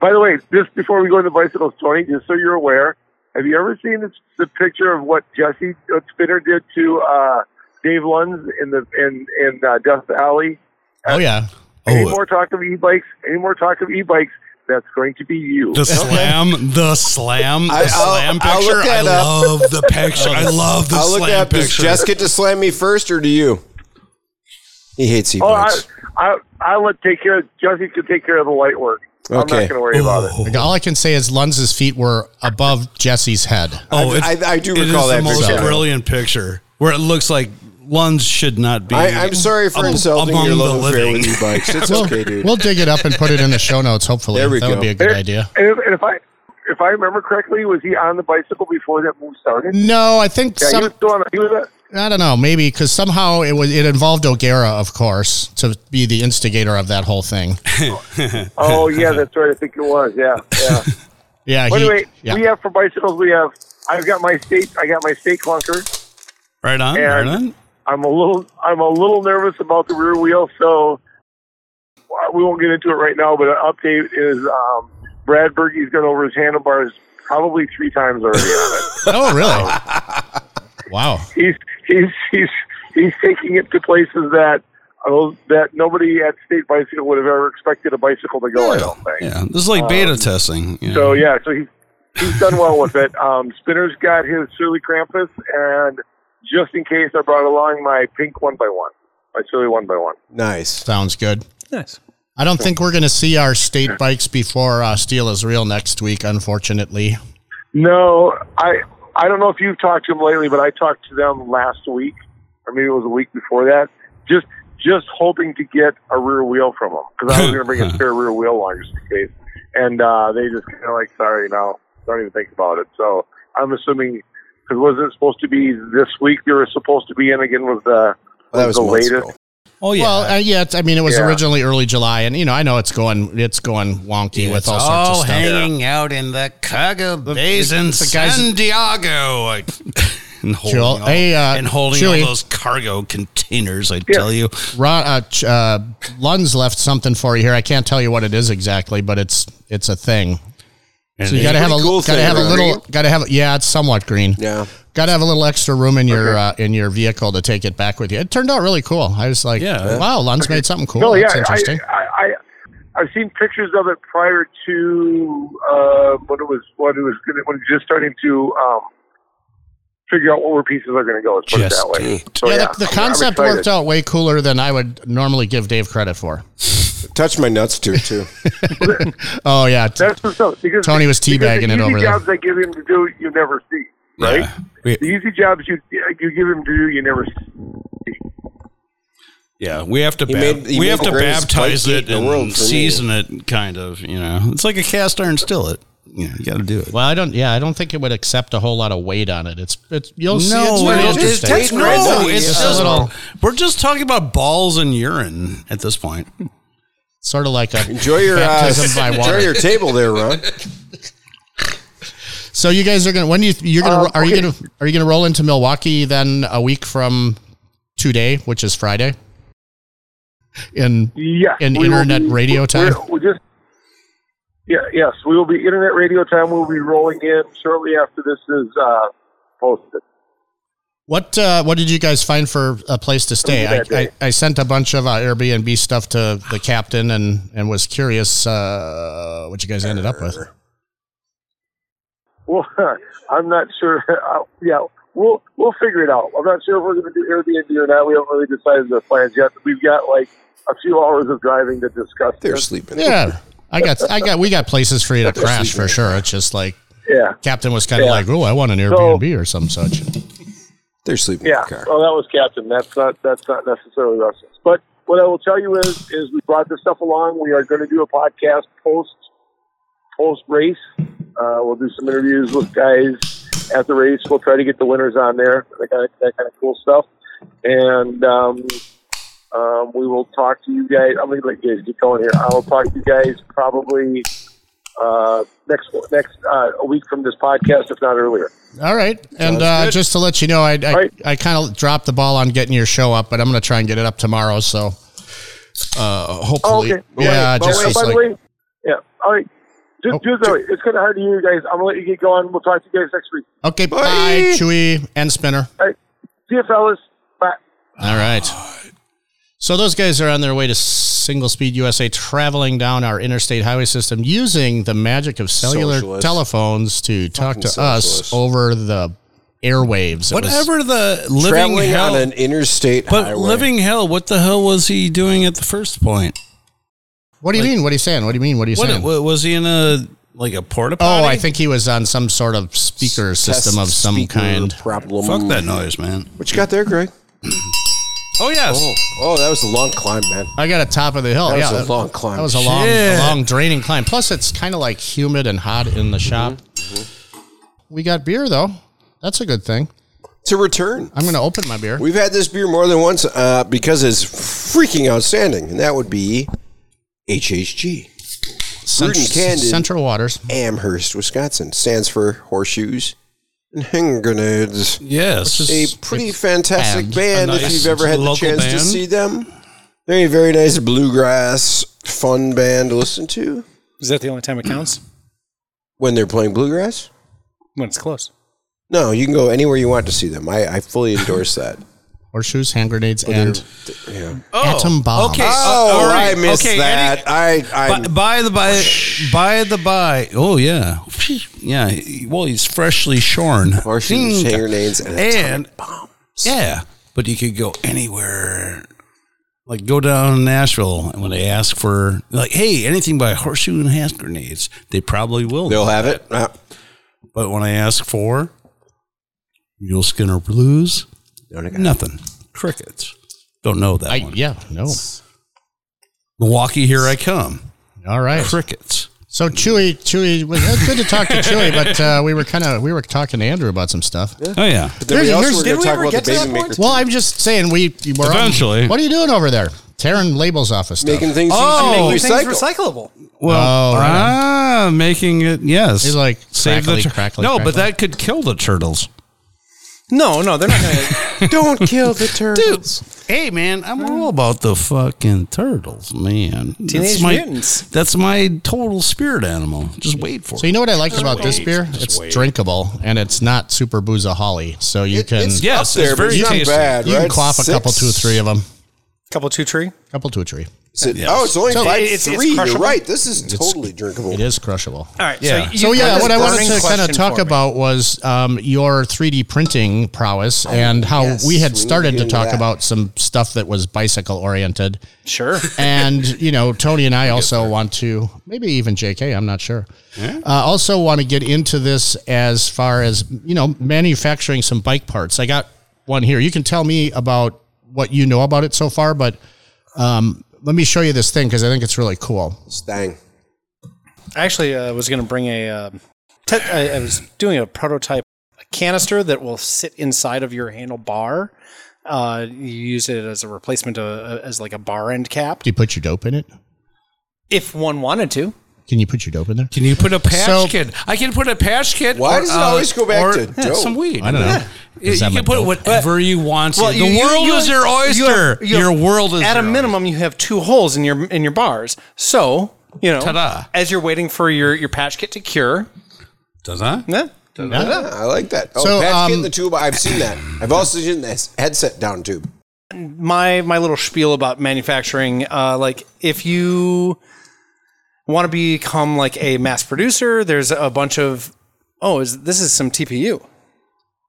Speaker 5: By the way, just before we go into bicycles, Tony, just so you're aware, have you ever seen this, the picture of what Jesse what Spinner did to uh, Dave Lunds in the in in uh, Death Alley?
Speaker 1: Oh yeah,
Speaker 5: Any
Speaker 2: Oh.
Speaker 5: more talk of e-bikes? Any more talk of e-bikes? That's going to be you.
Speaker 2: The slam, the slam, the
Speaker 3: I- I'll-
Speaker 2: slam
Speaker 3: I'll
Speaker 2: picture.
Speaker 3: look
Speaker 2: I
Speaker 3: that up.
Speaker 2: love the picture. I love the
Speaker 3: I'll
Speaker 2: slam
Speaker 3: look up. Does
Speaker 2: picture.
Speaker 3: Jess get to slam me first, or do you? He hates
Speaker 5: oh, I,
Speaker 3: e-bikes.
Speaker 5: I I'll let take care. of Jesse can take care of the light work. I'm not
Speaker 3: Okay.
Speaker 5: going to worry about it.
Speaker 1: Like, all I can say is Lunz's feet were above Jesse's head.
Speaker 2: oh, it's,
Speaker 3: I- I do
Speaker 2: it is
Speaker 3: recall that
Speaker 2: the most
Speaker 3: picture.
Speaker 2: brilliant picture where it looks like Lunds should not be.
Speaker 3: I, I'm sorry for
Speaker 2: am-
Speaker 3: insulting
Speaker 2: among
Speaker 3: your
Speaker 2: the
Speaker 3: love affair
Speaker 2: living.
Speaker 3: with e-bikes. It's
Speaker 1: We'll,
Speaker 3: okay, dude.
Speaker 1: we'll dig it up and put it in the show notes. Hopefully,
Speaker 3: There we
Speaker 1: that
Speaker 3: go.
Speaker 1: would be a good idea.
Speaker 5: And if, and if I if I remember correctly, was he on the bicycle before that move started?
Speaker 1: No, I think
Speaker 5: Yeah, he
Speaker 1: some,
Speaker 5: was still on. He was. on-
Speaker 1: I don't know, maybe because somehow it was it involved O'Gara, of course, to be the instigator of that whole thing.
Speaker 5: Oh yeah, that's right. I think it was. Yeah, yeah.
Speaker 1: Yeah,
Speaker 5: But
Speaker 1: he-
Speaker 5: anyway,
Speaker 1: yeah.
Speaker 5: we have for bicycles. We have. I've got my state. I got my state clunker.
Speaker 2: Right on,
Speaker 5: And-
Speaker 2: right on.
Speaker 5: I'm a little. I'm a little nervous about the rear wheel, so uh, we won't get into it right now. But an update is um, Brad Bergey's gone over his handlebars probably three times already.
Speaker 1: oh really? wow.
Speaker 5: he's he's he's he's taking it to places that uh, that nobody at state bicycle would have ever expected a bicycle to go. I don't think.
Speaker 2: Yeah, this is like beta testing. Yeah.
Speaker 5: So yeah, so he he's done well with it. Um, Spinner's got his Surly Krampus, and just in case, I brought along my pink one by one, my Surly one by one.
Speaker 3: nice.
Speaker 1: Sounds good.
Speaker 4: Nice.
Speaker 1: I don't think we're going to see our state bikes before uh, Steel is Real next week, unfortunately.
Speaker 5: No, I I don't know if you've talked to him lately, but I talked to them last week, or maybe it was a week before that. Just just hoping to get a rear wheel from them because I was going to bring a spare rear wheel along just in case, and uh, they just kind of like, sorry, no, don't even think about it. So I'm assuming because wasn't it supposed to be this week? They were supposed to be in again was the
Speaker 3: Well, that was
Speaker 5: the
Speaker 3: months
Speaker 5: latest.
Speaker 3: ago.
Speaker 2: oh yeah,
Speaker 1: Well, uh, yeah, it's, I mean, it was
Speaker 5: Yeah.
Speaker 1: originally early July, and you know, I know it's going, it's going wonky with all sorts of stuff.
Speaker 2: out in the Cargo Basin,
Speaker 1: the guys-
Speaker 2: Diego, I- and holding,
Speaker 1: Chill.
Speaker 2: all,
Speaker 1: Hey, uh,
Speaker 2: and holding
Speaker 1: Chewy.
Speaker 2: all those cargo containers. I tell you,
Speaker 1: Ron, uh, Ch- uh, Lund's left something for you here. I can't tell you what it is exactly, but it's it's a thing. So you got to have a
Speaker 3: Pretty cool
Speaker 1: got to
Speaker 3: thing,
Speaker 1: have a
Speaker 3: right?
Speaker 1: little got to have yeah, it's somewhat green.
Speaker 3: Yeah.
Speaker 1: Got to have a little extra room in your uh, in your vehicle to take it back with you. It turned out really cool. I was like,
Speaker 2: Yeah.
Speaker 1: wow, Lund's made something cool.
Speaker 5: No, yeah,
Speaker 1: That's interesting.
Speaker 5: I, I, I, I've seen pictures of it prior to uh, when it was when it was gonna, when it was just starting to um, figure out what where pieces are going to go. Let's put it
Speaker 2: Just
Speaker 5: that way. So,
Speaker 1: yeah, the, the
Speaker 5: oh, I'm- I'm
Speaker 1: concept
Speaker 5: excited.
Speaker 1: worked out way cooler than I would normally give Dave credit for.
Speaker 3: Touch my nuts too, too.
Speaker 1: Oh yeah, t-
Speaker 5: That's what's up, because
Speaker 1: Tony was
Speaker 5: because
Speaker 1: teabagging
Speaker 5: the
Speaker 1: it
Speaker 5: easy
Speaker 1: over there.
Speaker 5: jobs I give him to do, you never see. Right?
Speaker 2: Yeah. We,
Speaker 5: The easy jobs you you give him to do, you never see.
Speaker 2: yeah, we have to bab-
Speaker 3: made- he
Speaker 2: we
Speaker 3: made
Speaker 2: have
Speaker 3: the
Speaker 2: to
Speaker 3: greatest
Speaker 2: baptize
Speaker 3: bite
Speaker 2: it
Speaker 3: in the
Speaker 2: and
Speaker 3: world for me.
Speaker 2: season it, kind of. You know, it's like a cast iron skillet. You know, you got to do it.
Speaker 1: well, I don't. Yeah, I don't think it would accept a whole lot of weight on it. It's it's you'll see.
Speaker 2: No,
Speaker 1: It's
Speaker 2: it
Speaker 1: really
Speaker 2: is-
Speaker 1: interesting.
Speaker 3: it's- it's-
Speaker 2: no,
Speaker 3: Yeah.
Speaker 2: it's
Speaker 1: Just a
Speaker 2: just-
Speaker 1: little-
Speaker 2: We're just talking about balls and urine at this point.
Speaker 1: sort of like a
Speaker 3: Enjoy your uh,
Speaker 1: Baptism by water.
Speaker 3: enjoy your table there, Ron.
Speaker 1: So you guys are gonna when you you're gonna
Speaker 5: Um,
Speaker 1: ro- are you
Speaker 5: okay.
Speaker 1: gonna are you gonna roll into Milwaukee then a week from today, which is Friday, in
Speaker 5: Yes.
Speaker 1: in
Speaker 5: we will
Speaker 1: internet
Speaker 5: be-
Speaker 1: radio time.
Speaker 5: we're- we just, yeah, yes, we will be internet radio time. We'll be rolling in shortly after this is uh, posted.
Speaker 1: What uh, what did you guys find for a place to stay?
Speaker 5: It'll be
Speaker 1: I,
Speaker 5: that
Speaker 1: I,
Speaker 5: day.
Speaker 1: I sent a bunch of uh, Airbnb stuff to the captain and and was curious uh, what you guys ended up with.
Speaker 5: Well, I'm not sure. Uh, yeah, we'll we'll figure it out. I'm not sure if we're going to do Airbnb or not. We haven't really decided the plans yet. We've got like a few hours of driving to discuss.
Speaker 3: They're
Speaker 5: this.
Speaker 3: sleeping.
Speaker 1: Yeah, I got, I got, we got places for you to crash for sure. It's just like
Speaker 5: Yeah,
Speaker 1: Captain was kind of
Speaker 5: Yeah.
Speaker 1: like, oh, I want an Airbnb or some such.
Speaker 3: They're sleeping
Speaker 5: yeah.
Speaker 3: in the car.
Speaker 5: Well, that was Captain. That's not that's not necessarily Russell's. But what I will tell you is is we brought this stuff along. We are going to do a podcast post post race. Uh, we'll do some interviews with guys at the race. We'll try to get the winners on there. That kind of, that kind of cool stuff. And um, um, we will talk to you guys. I'm going to let you guys get going here. I will talk to you guys probably uh, next next uh, a week from this podcast, if not earlier.
Speaker 1: All right, and uh, just to let you know, I I,
Speaker 5: right.
Speaker 1: I kind of dropped the ball on getting your show up, but I'm going to try and get it up tomorrow. So uh,
Speaker 5: Oh,
Speaker 1: hopefully, yeah,
Speaker 5: But
Speaker 1: just,
Speaker 5: wait,
Speaker 1: just
Speaker 5: by
Speaker 1: like
Speaker 5: the way, yeah. All right. Just,
Speaker 1: Oh,
Speaker 5: just that way. It's kind of hard to hear you guys. I'm gonna let you get going. We'll talk to you guys next week.
Speaker 1: okay, bye,
Speaker 2: Bye.
Speaker 1: Chewy and Spinner.
Speaker 5: All right. See you, fellas. Bye.
Speaker 1: All right. So those guys are on their way to Single Speed USA, traveling down our interstate highway system using the magic of cellular
Speaker 3: Socialists.
Speaker 1: telephones to talk to us
Speaker 3: socialists.
Speaker 1: over the airwaves. It was-
Speaker 2: Whatever the living
Speaker 3: Traveling
Speaker 2: hell.
Speaker 3: on an interstate
Speaker 2: but
Speaker 3: highway.
Speaker 2: living hell, what the hell was he doing at the first point?
Speaker 1: what do you mean? What are you saying? What do you mean? What are you
Speaker 2: What,
Speaker 1: saying?
Speaker 2: wa- was he in a like a porta
Speaker 1: oh,
Speaker 2: potty?
Speaker 1: I think he was on some sort of speaker
Speaker 3: Test
Speaker 1: system of some
Speaker 3: speaker
Speaker 1: kind.
Speaker 3: Problem.
Speaker 2: Fuck that noise, man.
Speaker 3: What you got there, Greg?
Speaker 2: Oh yes.
Speaker 3: Oh, oh, that was a long climb, man.
Speaker 1: I got a top of the hill.
Speaker 3: That
Speaker 1: yeah,
Speaker 3: was a long climb.
Speaker 1: That was a long, a
Speaker 2: Shit.
Speaker 1: long draining climb. Plus, it's kind of like humid and hot in the shop.
Speaker 3: Mm-hmm.
Speaker 1: We got beer though. That's a good thing.
Speaker 3: It's a return.
Speaker 1: I'm going to open my beer.
Speaker 3: We've had this beer more than once uh, because it's freaking outstanding, and that would be HHG.
Speaker 1: Cent-
Speaker 3: Rudin Candid.
Speaker 1: Central Waters.
Speaker 3: Amherst, Wisconsin stands for horseshoes and hand grenades.
Speaker 2: Yes.
Speaker 3: A pretty fantastic
Speaker 1: band.
Speaker 3: band
Speaker 2: A
Speaker 3: if
Speaker 2: nice
Speaker 3: you've ever had the
Speaker 2: local
Speaker 3: chance to
Speaker 2: band.
Speaker 3: see them. Very, very nice bluegrass, fun band to listen to
Speaker 4: Is that the only time it counts?
Speaker 3: when they're playing bluegrass.
Speaker 4: When it's close.
Speaker 3: No, you can go anywhere you want to see them. I, I fully endorse that.
Speaker 1: Horseshoes, hand grenades, and
Speaker 3: Yeah.
Speaker 1: atom bombs.
Speaker 2: Oh, Okay.
Speaker 3: Oh,
Speaker 2: uh, all right.
Speaker 3: I missed
Speaker 2: Okay,
Speaker 3: that.
Speaker 2: any-
Speaker 3: I, I,
Speaker 2: By, by the by, by the by. Oh yeah, yeah. he- Well, he's freshly shorn.
Speaker 3: horseshoes,
Speaker 2: Mm.
Speaker 3: hand grenades, and,
Speaker 2: and
Speaker 3: atomic bombs.
Speaker 2: yeah, but you could go anywhere. Like go down to Nashville, and when they ask for like, hey, anything by horseshoe and hand grenades, they probably will.
Speaker 3: They'll have it. Uh,
Speaker 2: But when I ask for Mule Skinner Blues, nothing. Crickets. Don't know that
Speaker 1: I,
Speaker 2: one.
Speaker 1: yeah, no.
Speaker 2: Milwaukee, here I come.
Speaker 1: All right.
Speaker 2: Crickets.
Speaker 1: So Chewy, Chewy, well, it's good to talk to Chewy, but uh, we were kind of we were talking to Andrew about some stuff.
Speaker 2: Oh yeah.
Speaker 3: Then we
Speaker 1: Here's-
Speaker 3: also
Speaker 1: here's-
Speaker 3: were
Speaker 1: did
Speaker 3: going to
Speaker 1: we
Speaker 3: talk
Speaker 1: ever
Speaker 3: about the
Speaker 1: get to
Speaker 3: baby
Speaker 1: that
Speaker 3: maker.
Speaker 1: Well, I'm just saying we were on-
Speaker 2: Eventually.
Speaker 1: what are you doing over there? Tearing labels off of stuff.
Speaker 3: Making things
Speaker 2: Oh,
Speaker 3: easy
Speaker 4: Making
Speaker 3: to
Speaker 4: things
Speaker 3: recycle.
Speaker 4: recyclable.
Speaker 2: Well,
Speaker 1: Oh, right
Speaker 2: ah, making it yes.
Speaker 1: He's like, crackly,
Speaker 2: tur-
Speaker 1: crackly,
Speaker 2: No, but
Speaker 1: crackly.
Speaker 2: that could kill the turtles.
Speaker 4: No, no, they're not going to.
Speaker 3: Don't kill the turtles.
Speaker 2: Hey man, I'm all about the fucking turtles, man.
Speaker 4: Teenage
Speaker 2: my,
Speaker 4: Mutants.
Speaker 2: That's my total spirit animal. Just wait for
Speaker 1: So
Speaker 2: it.
Speaker 1: you know what I like about this beer?
Speaker 2: just
Speaker 1: It's
Speaker 2: wait.
Speaker 1: drinkable and it's not super booze holly. So you can
Speaker 3: it's
Speaker 2: Yes,
Speaker 3: up there,
Speaker 2: it's
Speaker 3: but
Speaker 2: very
Speaker 3: it's not
Speaker 2: tasty.
Speaker 3: bad.
Speaker 1: you
Speaker 3: right?
Speaker 1: can quaff a
Speaker 3: Six?
Speaker 1: couple, two, three of them.
Speaker 4: Couple two tree.
Speaker 1: Couple, two, three.
Speaker 3: Is it- Oh, it's only
Speaker 1: So
Speaker 3: five
Speaker 4: it's- it's
Speaker 3: three. You're
Speaker 4: crushable?
Speaker 3: right. This is totally drinkable.
Speaker 1: It is crushable.
Speaker 4: All right.
Speaker 2: Yeah.
Speaker 4: So, you
Speaker 1: So yeah,
Speaker 4: got
Speaker 1: what I
Speaker 4: this
Speaker 1: wanted
Speaker 4: burning
Speaker 1: to kind of
Speaker 4: question
Speaker 1: talk
Speaker 4: for me.
Speaker 1: about was um, your 3D printing prowess and how
Speaker 3: yes,
Speaker 1: we
Speaker 3: we
Speaker 1: had
Speaker 3: need to
Speaker 1: started
Speaker 3: get
Speaker 1: to
Speaker 3: into
Speaker 1: talk
Speaker 3: that.
Speaker 1: about some stuff that was bicycle oriented.
Speaker 4: Sure.
Speaker 1: and you know tony and i also want to maybe even jk i'm not sure uh, also want to get into this as far as you know manufacturing some bike parts i got one here you can tell me about what you know about it so far but um, let me show you this thing because i think it's really cool
Speaker 3: Dang.
Speaker 4: I actually uh, was going to bring a. um te- I, I was doing a prototype a canister that will sit inside of your handlebar. Uh, you use it as a replacement, uh, as like a bar end cap,
Speaker 1: do you put your dope in it
Speaker 4: if one wanted to.
Speaker 1: can you put your dope in there
Speaker 2: Can you put a patch
Speaker 1: So-
Speaker 2: kit? I can put a patch kit. uh,
Speaker 3: Why does it always go back to
Speaker 2: yeah,
Speaker 3: dope?
Speaker 2: some weed?
Speaker 1: I don't know.
Speaker 2: Yeah.
Speaker 1: Is that
Speaker 2: you
Speaker 1: my
Speaker 2: can put
Speaker 1: dope?
Speaker 2: whatever you want. to.
Speaker 4: Well, you-
Speaker 2: the
Speaker 4: you-
Speaker 2: world
Speaker 4: you-
Speaker 2: is your
Speaker 4: you have-
Speaker 2: oyster.
Speaker 4: you have-
Speaker 2: your world is
Speaker 4: At a
Speaker 2: your
Speaker 4: minimum, you have two holes in your in your bars. So you know,
Speaker 2: Ta-da.
Speaker 4: as you're waiting for your your patch kit to cure,
Speaker 2: oyster. Does that?
Speaker 4: eh,
Speaker 3: Ah, I like that. Oh,
Speaker 1: So,
Speaker 3: Pat's
Speaker 1: um,
Speaker 3: getting the tube. I've seen that. I've also seen this headset down tube.
Speaker 4: my my little spiel about manufacturing uh like if you want to become like a mass producer there's a bunch of oh is this is some tpu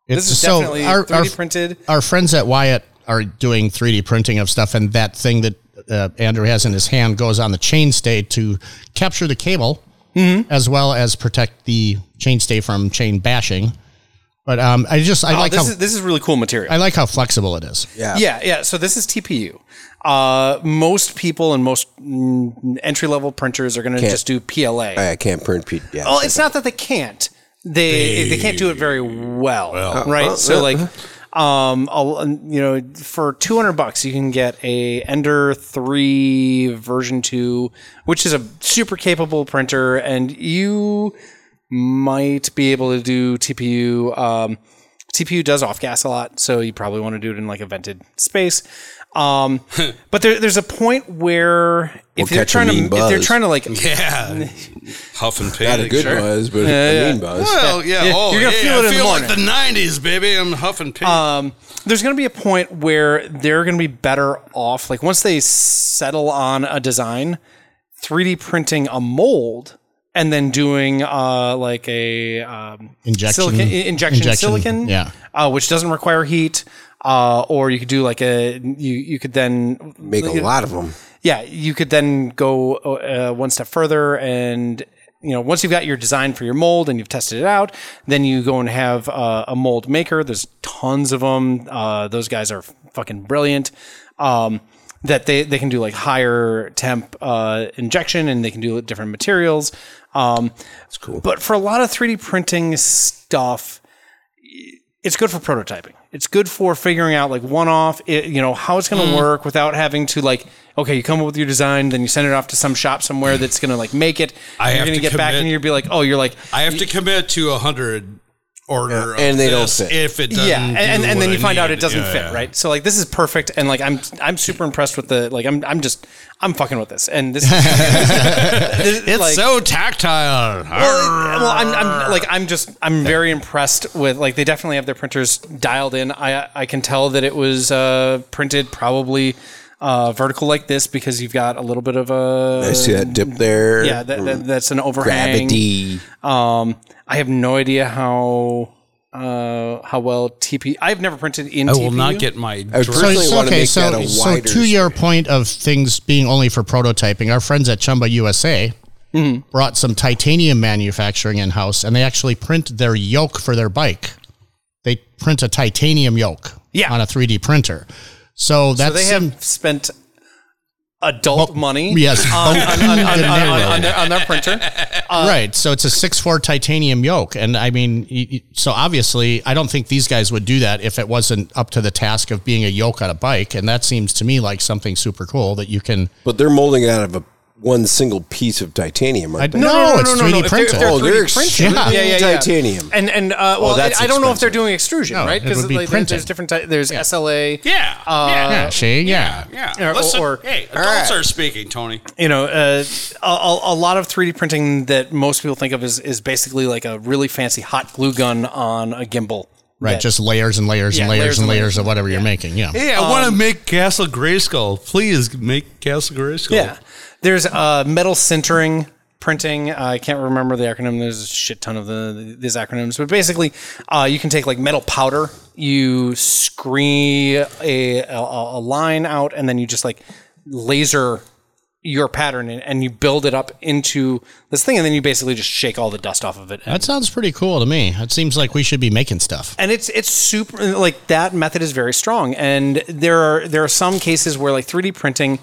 Speaker 1: it's
Speaker 4: this is definitely 3d printed
Speaker 1: our friends at Wyatt are doing 3D printing of stuff, and that thing that uh, Andrew has in his hand goes on the chainstay to capture the cable,
Speaker 4: Mm-hmm.
Speaker 1: as well as protect the chainstay from chain bashing. But um, I just I
Speaker 4: Oh,
Speaker 1: like
Speaker 4: this
Speaker 1: how
Speaker 4: is this is really cool material.
Speaker 1: I like how flexible it is.
Speaker 3: Yeah.
Speaker 4: Yeah, yeah. So this is TPU. Uh, most people and most entry level printers are going to just do PLA.
Speaker 3: I can't print Pete. Yeah.
Speaker 4: Well, it's not that they can't. They they, can't do it very well, right?
Speaker 3: Uh,
Speaker 4: so
Speaker 3: uh,
Speaker 4: like, um, I'll- you know, for two hundred bucks, you can get a Ender three version two, which is a super capable printer, and you might be able to do TPU. Um, TPU does off gas a lot, so you probably want to do it in like a vented space. Um, but there, there's a point where if
Speaker 3: Or
Speaker 4: they're
Speaker 3: catch a
Speaker 4: trying to
Speaker 3: mean
Speaker 4: if they're
Speaker 3: buzz.
Speaker 4: trying to like
Speaker 2: Yeah. Huff and panic.
Speaker 3: not a good
Speaker 2: sure.
Speaker 3: buzz, but a mean buzz.
Speaker 2: Well, yeah.
Speaker 4: Yeah,
Speaker 2: Oh,
Speaker 4: you're gonna
Speaker 2: yeah,
Speaker 4: feel it
Speaker 2: I
Speaker 4: in the
Speaker 2: feel like the
Speaker 4: morning. Uh,
Speaker 2: '90s, baby. I'm huffing pig.
Speaker 4: there's going to be a point where they're going to be better off. Like once they settle on a design, 3D printing a mold and then doing uh, like a um,
Speaker 1: Injection-
Speaker 4: silica- i- injection,
Speaker 1: injection,
Speaker 4: silicon,
Speaker 1: yeah.
Speaker 4: uh, which doesn't require heat. Uh, or you could do like a you you could then
Speaker 3: Make a lot of them.
Speaker 4: yeah, you could then go uh, one step further and you know once you've got your design for your mold and you've tested it out then you go and have uh, a mold maker there's tons of them uh, those guys are fucking brilliant um, that they, they can do like higher temp uh, injection and they can do different materials um, that's cool but for a lot of 3d printing stuff it's good for prototyping. It's good for figuring out like one off, you know, how it's
Speaker 2: Mm.
Speaker 4: going to work without having to like, okay, you come up with your design, then you send it off to some shop somewhere that's going to like make it.
Speaker 2: I
Speaker 4: you're
Speaker 2: have
Speaker 4: gonna
Speaker 2: to
Speaker 4: get back and
Speaker 2: commit-
Speaker 4: you'll be like, oh, you're like,
Speaker 2: I have to commit to a hundred order,
Speaker 3: Yeah, and
Speaker 2: of
Speaker 3: they don't
Speaker 2: this
Speaker 3: fit.
Speaker 2: If it doesn't,
Speaker 4: yeah, and, and,
Speaker 2: do
Speaker 4: and then
Speaker 2: what
Speaker 4: you
Speaker 2: I
Speaker 4: find out
Speaker 2: need.
Speaker 4: it doesn't
Speaker 2: Yeah,
Speaker 4: fit,
Speaker 2: yeah.
Speaker 4: right? So like, this is perfect, and like, I'm I'm super impressed with the like, I'm I'm just I'm fucking with this, and this, is, this is,
Speaker 2: It's
Speaker 4: like-
Speaker 2: so tactile.
Speaker 4: Well, well, I'm, I'm like I'm just I'm very impressed with like they definitely have their printers dialed in. I I can tell that it was uh, printed probably uh, vertical like this because you've got a little bit of a
Speaker 3: I see that dip there.
Speaker 4: yeah that, that, that's an overhang.
Speaker 3: Gravity.
Speaker 4: Um, I have no idea how uh, how well TP. I've never printed in.
Speaker 2: I will
Speaker 4: TPU.
Speaker 2: not get my.
Speaker 3: I would
Speaker 2: dr-
Speaker 3: personally
Speaker 1: it's-
Speaker 3: want to make
Speaker 1: so,
Speaker 3: that a
Speaker 1: so
Speaker 3: wider.
Speaker 1: to your point of things being only for prototyping, our friends at Chumba USA
Speaker 4: Mm-hmm.
Speaker 1: brought some titanium manufacturing in house, and they actually print their yoke for their bike. They print a titanium yoke
Speaker 4: Yeah.
Speaker 1: on a 3D printer. So that's
Speaker 4: So they
Speaker 1: some-
Speaker 4: have spent adult money
Speaker 1: yes,
Speaker 4: on, on, on, on, on,
Speaker 1: Dinero.
Speaker 4: on their, on their printer. uh,
Speaker 1: right. So it's a six four titanium yoke, and I mean, y- y- so obviously, I don't think these guys would do that if it wasn't up to the task of being a yoke on a bike. And that seems to me like something super cool that you can.
Speaker 3: But they're molding it out of a one single piece of titanium, aren't
Speaker 1: I-
Speaker 3: they?
Speaker 1: no,
Speaker 4: no, no,
Speaker 1: it's
Speaker 4: no, no,
Speaker 1: 3D
Speaker 4: no. If they're- if
Speaker 1: printed.
Speaker 4: they're
Speaker 3: Oh, they're
Speaker 4: 3D printed.
Speaker 3: extruding
Speaker 1: Yeah.
Speaker 4: yeah, yeah, yeah.
Speaker 3: titanium. Oh,
Speaker 4: And and uh, well,
Speaker 3: that's
Speaker 4: I, I don't know if they're
Speaker 3: expensive.
Speaker 4: doing extrusion,
Speaker 1: No,
Speaker 4: right?
Speaker 1: it would be
Speaker 4: like, there-
Speaker 1: printing.
Speaker 4: there's different. Ty- there's SLA.
Speaker 2: yeah,
Speaker 4: uh,
Speaker 1: Yeah,
Speaker 2: Uh, yeah,
Speaker 1: see, yeah.
Speaker 2: yeah.
Speaker 4: Or-
Speaker 2: Listen,
Speaker 4: or-
Speaker 2: hey, adults
Speaker 3: right.
Speaker 2: are speaking, Tony.
Speaker 4: You know, uh, a, a a lot of 3D printing that most people think of is is basically like a really fancy hot glue gun on a gimbal.
Speaker 1: Right,
Speaker 4: that-
Speaker 1: just layers and layers
Speaker 4: Yeah,
Speaker 1: and layers and layers of whatever you're making. Yeah.
Speaker 2: Hey, I want to make Castle Grayskull. Please make Castle Grayskull.
Speaker 4: Yeah. There's uh, metal sintering printing. I can't remember the acronym. There's a shit ton of the, these acronyms, but basically, uh, you can take like metal powder, you screen a, a, a line out, and then you just like laser your pattern and, and you build it up into this thing, and then you basically just shake all the dust off of it.
Speaker 1: That sounds pretty cool to me. It seems like we should be making stuff.
Speaker 4: and it's it's super like that method is very strong and there are there are some cases where like 3d printing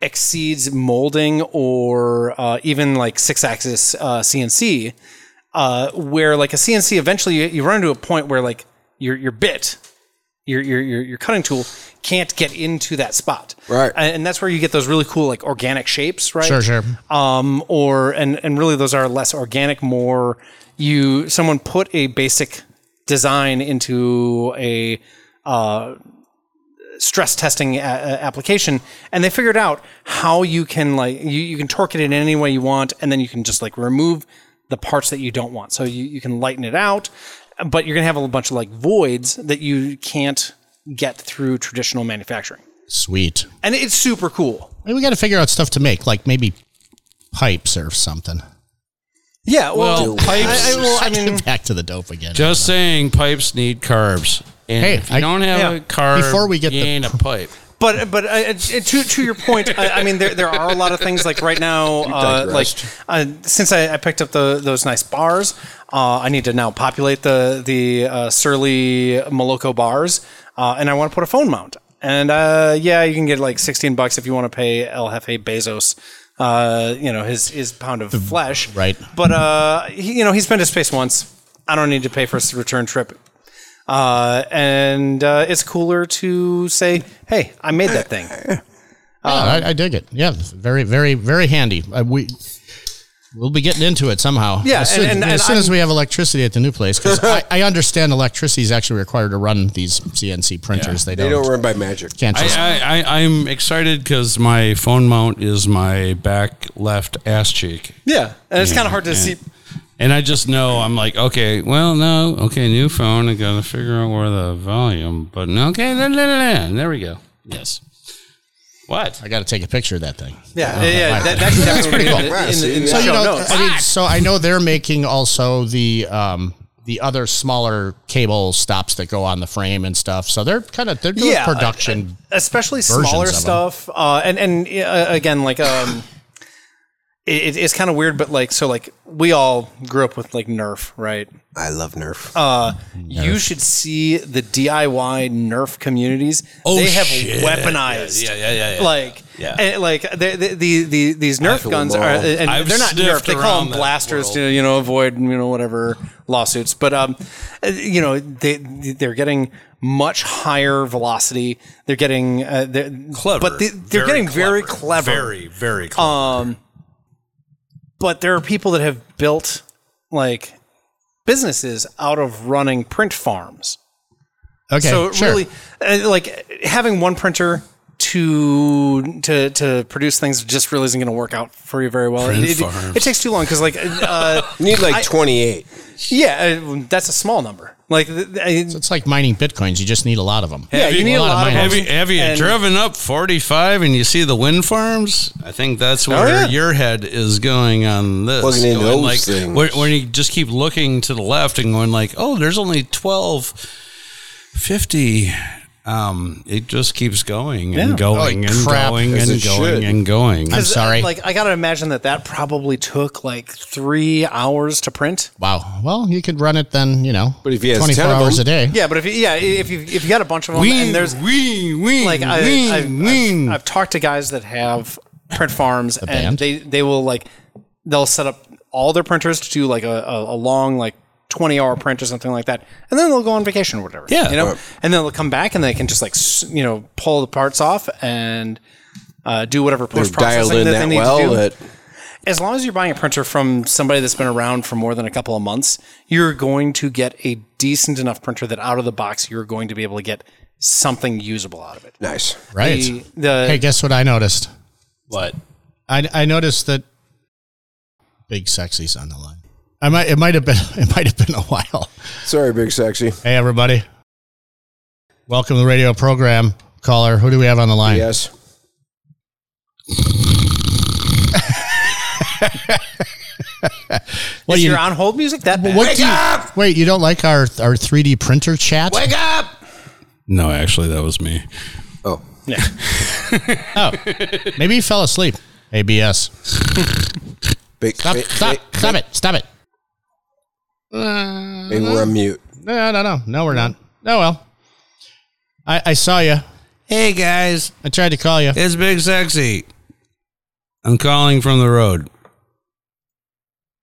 Speaker 4: exceeds molding or uh, even like six axis uh, cnc uh, where like a cnc eventually you, you run into a point where like your your bit your, your your your cutting tool can't get into that spot
Speaker 3: Right.
Speaker 4: and, and that's where you get those really cool like organic shapes right
Speaker 1: Sure, sure.
Speaker 4: um, or and and really those are less organic, more you someone put a basic design into a uh, stress testing a- a- application, and they figured out how you can like you, you can torque it in any way you want, and then you can just like remove the parts that you don't want. So you, you can lighten it out, but you're gonna have a bunch of like voids that you can't get through traditional manufacturing.
Speaker 1: Sweet.
Speaker 4: And it's super cool.
Speaker 1: Hey, we got to figure out stuff to make, like maybe pipes or something.
Speaker 4: Yeah, well,
Speaker 2: Well, pipes-
Speaker 4: I, I, well, I mean,
Speaker 1: Back to the dope again.
Speaker 2: Just saying, pipes need carbs. And
Speaker 1: Hey,
Speaker 2: if you
Speaker 1: I-
Speaker 2: don't have
Speaker 4: yeah.
Speaker 2: a carb,
Speaker 1: Before we get
Speaker 2: you
Speaker 1: the-
Speaker 2: ain't a pipe.
Speaker 4: But but uh, and to to your point, I, I mean there there are a lot of things like right now, uh, like
Speaker 3: digressed.
Speaker 4: uh, since I, I picked up the those nice bars, uh, I need to now populate the the uh, Surly Moloko bars, uh, and I want to put a phone mount. And uh, yeah, you can get like sixteen bucks if you want to pay El Jefe Bezos. Uh, you know his his pound of flesh,
Speaker 1: right.
Speaker 4: But uh, he, you know he's been to space once. I don't need to pay for his return trip uh, and uh, it's cooler to say, "Hey, I made that thing."
Speaker 1: Yeah, Oh, I, I dig it. Yeah, very, very, very handy. I, we we'll be getting into it somehow.
Speaker 4: Yeah,
Speaker 1: as soon,
Speaker 4: and- and-
Speaker 1: as,
Speaker 4: and
Speaker 1: soon as
Speaker 4: I'm-
Speaker 1: we have electricity at the new place, because I, I understand electricity is actually required to run these CNC printers. They,
Speaker 3: They
Speaker 1: don't,
Speaker 3: don't run by magic.
Speaker 1: can't just
Speaker 2: I, I, I, I'm excited because my phone mount is my back left ass cheek.
Speaker 4: Yeah, and it's kind of hard to
Speaker 2: and,
Speaker 4: see.
Speaker 2: And I just know I'm like, okay, well, no, okay, new phone. I got to figure out where the volume button. Okay, da, da, da, da. there we go. Yes. What?
Speaker 1: I got to take a picture of that thing.
Speaker 4: Yeah, yeah, yeah,
Speaker 1: right.
Speaker 4: that, that, that's pretty cool. In,
Speaker 3: Wow,
Speaker 4: the-
Speaker 3: see,
Speaker 4: in the
Speaker 3: So
Speaker 1: you
Speaker 4: show
Speaker 1: know, uh,
Speaker 4: notes.
Speaker 1: I mean, so I know they're making also the um, the other smaller cable stops that go on the frame and stuff. So they're kind of they're doing
Speaker 4: Yeah,
Speaker 1: production.
Speaker 4: especially smaller
Speaker 1: of 'em.
Speaker 4: stuff. Uh, and and uh, again, like um, it, it's kind of weird, but like so, like we all grew up with like Nerf, right?
Speaker 3: I love Nerf.
Speaker 1: Uh,
Speaker 4: You should see the DIY Nerf communities. Oh, they have
Speaker 2: shit.
Speaker 4: weaponized.
Speaker 2: Yeah, yeah, yeah, yeah, yeah.
Speaker 4: Like,
Speaker 2: Yeah.
Speaker 4: and, like the, the, the, the, these Nerf
Speaker 3: feel
Speaker 4: guns
Speaker 3: them
Speaker 4: are, eh,
Speaker 3: all.
Speaker 4: and
Speaker 2: I've
Speaker 4: they're not Nerf.
Speaker 2: sniffed
Speaker 4: They call
Speaker 2: around
Speaker 4: them
Speaker 2: that
Speaker 4: blasters to
Speaker 2: world.
Speaker 4: you know avoid you know whatever lawsuits. But um, uh, you know they they're getting much higher velocity. They're getting uh, they're,
Speaker 2: Clever.
Speaker 4: but they, they're getting very clever. Um,
Speaker 2: Very, very clever.
Speaker 4: But there are people that have built like businesses out of running print farms.
Speaker 1: Okay,
Speaker 4: so
Speaker 1: sure.
Speaker 4: really, uh, like having one printer to to to produce things just really isn't going to work out for you very well.
Speaker 2: Print
Speaker 4: It, it,
Speaker 2: farms.
Speaker 4: it takes too long because like uh,
Speaker 3: you need like 28.
Speaker 4: yeah, uh, that's a small number. Like th- th- I-
Speaker 1: it's like mining bitcoins. You just need a lot of them.
Speaker 4: yeah, you need a lot, of
Speaker 2: Have
Speaker 4: money.
Speaker 2: you, have you
Speaker 4: And-
Speaker 2: driven up 45 and you see the wind farms? I think that's where
Speaker 4: Oh, yeah.
Speaker 2: your head is going on this.
Speaker 3: Plugging into
Speaker 2: Going
Speaker 3: those
Speaker 2: like,
Speaker 3: things.
Speaker 2: When, when you just keep looking to the left and going like, oh, there's only 12, 50. Um, it just keeps going and going
Speaker 1: Holy
Speaker 2: and
Speaker 1: crap,
Speaker 2: going
Speaker 3: as
Speaker 2: and
Speaker 3: it should.
Speaker 2: going and going.
Speaker 1: I'm sorry.
Speaker 4: uh, Like I gotta imagine that that probably took like three hours to print.
Speaker 1: Wow. Well, you could run it then, you know.
Speaker 3: But if he has
Speaker 1: 24
Speaker 3: 10 of
Speaker 1: hours
Speaker 3: them-
Speaker 1: a day.
Speaker 4: Yeah, but if you, yeah, if you if you got a bunch of them and there's
Speaker 2: we, we,
Speaker 4: like I,
Speaker 2: we,
Speaker 4: I've,
Speaker 2: we.
Speaker 4: I've, I've talked to guys that have print farms and
Speaker 1: band?
Speaker 4: they they will like they'll set up all their printers to do like a, a, a long like 20 hour print or something like that and then they'll go on vacation or whatever
Speaker 2: Yeah.
Speaker 4: you know
Speaker 2: Right.
Speaker 4: and then they'll come back and they can just like s- you know pull the parts off and uh, do whatever
Speaker 3: They're
Speaker 4: post
Speaker 3: dialed
Speaker 4: processing
Speaker 3: in
Speaker 4: that, they
Speaker 3: that
Speaker 4: need
Speaker 3: well
Speaker 4: to do
Speaker 3: that
Speaker 4: as long as you're buying a printer from somebody that's been around for more than a couple of months, you're going to get a decent enough printer that out of the box you're going to be able to get something usable out of it.
Speaker 3: nice.
Speaker 1: Right.
Speaker 4: The, the-
Speaker 1: hey, guess what I noticed?
Speaker 2: What?
Speaker 1: I, I noticed that Big Sexy's on the line. I might it might have been it might have been a while.
Speaker 3: Sorry, Big Sexy.
Speaker 1: Hey everybody. Welcome to the radio program. Caller, who do we have on the line?
Speaker 3: Yes.
Speaker 1: What
Speaker 4: is
Speaker 1: do you
Speaker 4: your on hold music that bad?
Speaker 1: what do you, Wait, you don't like our our 3D printer chat?
Speaker 2: No, actually, that was me.
Speaker 3: Oh.
Speaker 1: Oh. Maybe you fell asleep. ABS.
Speaker 3: Big,
Speaker 1: Stop
Speaker 3: may-
Speaker 1: stop
Speaker 3: may-
Speaker 1: stop it. Stop it.
Speaker 3: Maybe we're on mute.
Speaker 1: No, no, no. No, we're not. No, well. I, I saw you.
Speaker 2: Hey, guys.
Speaker 1: I tried to call you.
Speaker 2: It's Big Sexy. I'm calling from the road.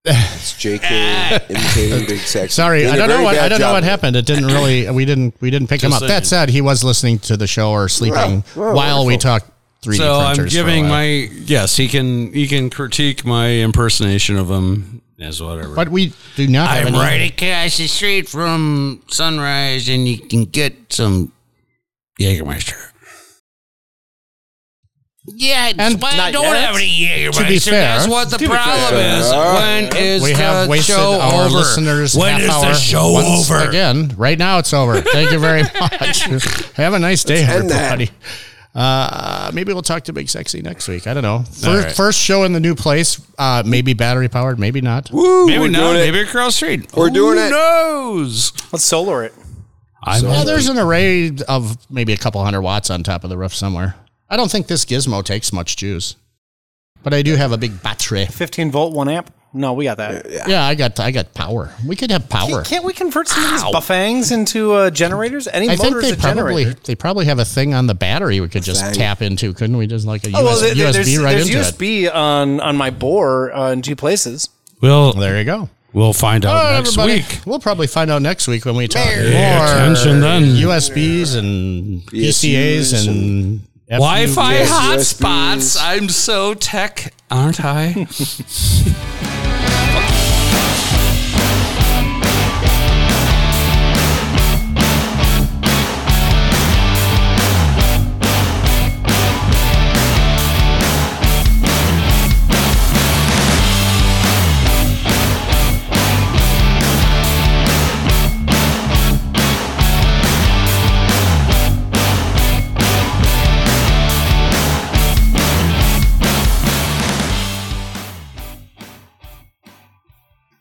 Speaker 3: It's JK imitating Big Sexy.
Speaker 1: Ah. Sorry,
Speaker 3: Did
Speaker 1: I
Speaker 3: a
Speaker 1: don't know
Speaker 3: very
Speaker 1: what I
Speaker 3: bad
Speaker 1: don't know
Speaker 3: job.
Speaker 1: what happened. It didn't really. We didn't. We didn't pick him up.
Speaker 2: Just
Speaker 1: That said, he was listening to the show or sleeping
Speaker 3: Wow. Wow,
Speaker 1: while we
Speaker 3: wonderful.
Speaker 1: talked three D
Speaker 2: So
Speaker 1: printers.
Speaker 2: I'm
Speaker 1: for a
Speaker 2: giving
Speaker 1: while.
Speaker 2: my yes. He can he can critique my impersonation of him as whatever.
Speaker 1: But we do not. Have
Speaker 2: I'm
Speaker 1: any-
Speaker 2: right across the street from Sunrise, and you can get some Jägermeister. Yeah,
Speaker 1: And-
Speaker 2: but I
Speaker 1: Not
Speaker 2: don't
Speaker 4: yet.
Speaker 2: have any Jägermeister.
Speaker 1: To be fair-
Speaker 2: that's what the problem
Speaker 3: fair.
Speaker 2: is.
Speaker 3: All
Speaker 2: When is
Speaker 1: We
Speaker 2: the
Speaker 1: have wasted
Speaker 2: show
Speaker 1: our
Speaker 2: over?
Speaker 1: listeners.
Speaker 2: when
Speaker 1: half
Speaker 2: is
Speaker 1: hour
Speaker 2: the show
Speaker 1: once
Speaker 2: over?
Speaker 1: again? Right now, it's over. Thank you very much. have a nice day,
Speaker 3: end that.
Speaker 1: everybody. Uh, maybe we'll talk to Big Sexy next week. I don't know. First,
Speaker 2: right.
Speaker 1: first show in the new place. Uh, maybe battery powered. Maybe not.
Speaker 3: Woo,
Speaker 2: Maybe
Speaker 3: we're
Speaker 2: not.
Speaker 3: doing it.
Speaker 2: Maybe across the street.
Speaker 3: We're doing
Speaker 2: Who
Speaker 3: it.
Speaker 2: Knows?
Speaker 4: Let's solar it.
Speaker 2: I'm
Speaker 1: Yeah, there's an array of maybe a couple hundred watts on top of the roof somewhere. I don't think this gizmo takes much juice, but I do have a big battery.
Speaker 4: 15 volt, one amp. No, we got that.
Speaker 1: Yeah, I got I got power. We could have power.
Speaker 4: Can't, can't we convert some of these buffangs into uh, generators? Any
Speaker 1: I
Speaker 4: motor
Speaker 1: think
Speaker 4: is
Speaker 1: they
Speaker 4: a
Speaker 1: probably
Speaker 4: generator.
Speaker 1: they probably have a thing on the battery we could just tap into, couldn't we? Just like a
Speaker 4: Oh, well,
Speaker 1: USB,
Speaker 4: there- there- there's,
Speaker 1: USB right
Speaker 4: there's
Speaker 1: into it.
Speaker 4: USB on, on my bore uh, in two places.
Speaker 2: We'll
Speaker 1: There you go.
Speaker 2: we'll find out
Speaker 1: Oh,
Speaker 2: next
Speaker 1: everybody,
Speaker 2: week.
Speaker 1: We'll probably find out next week when we talk
Speaker 2: Pay
Speaker 1: more
Speaker 2: attention then.
Speaker 1: USBs and PCAs and
Speaker 2: Wi-Fi
Speaker 3: Yes,
Speaker 2: hotspots.
Speaker 3: USBs.
Speaker 2: I'm so tech, aren't I?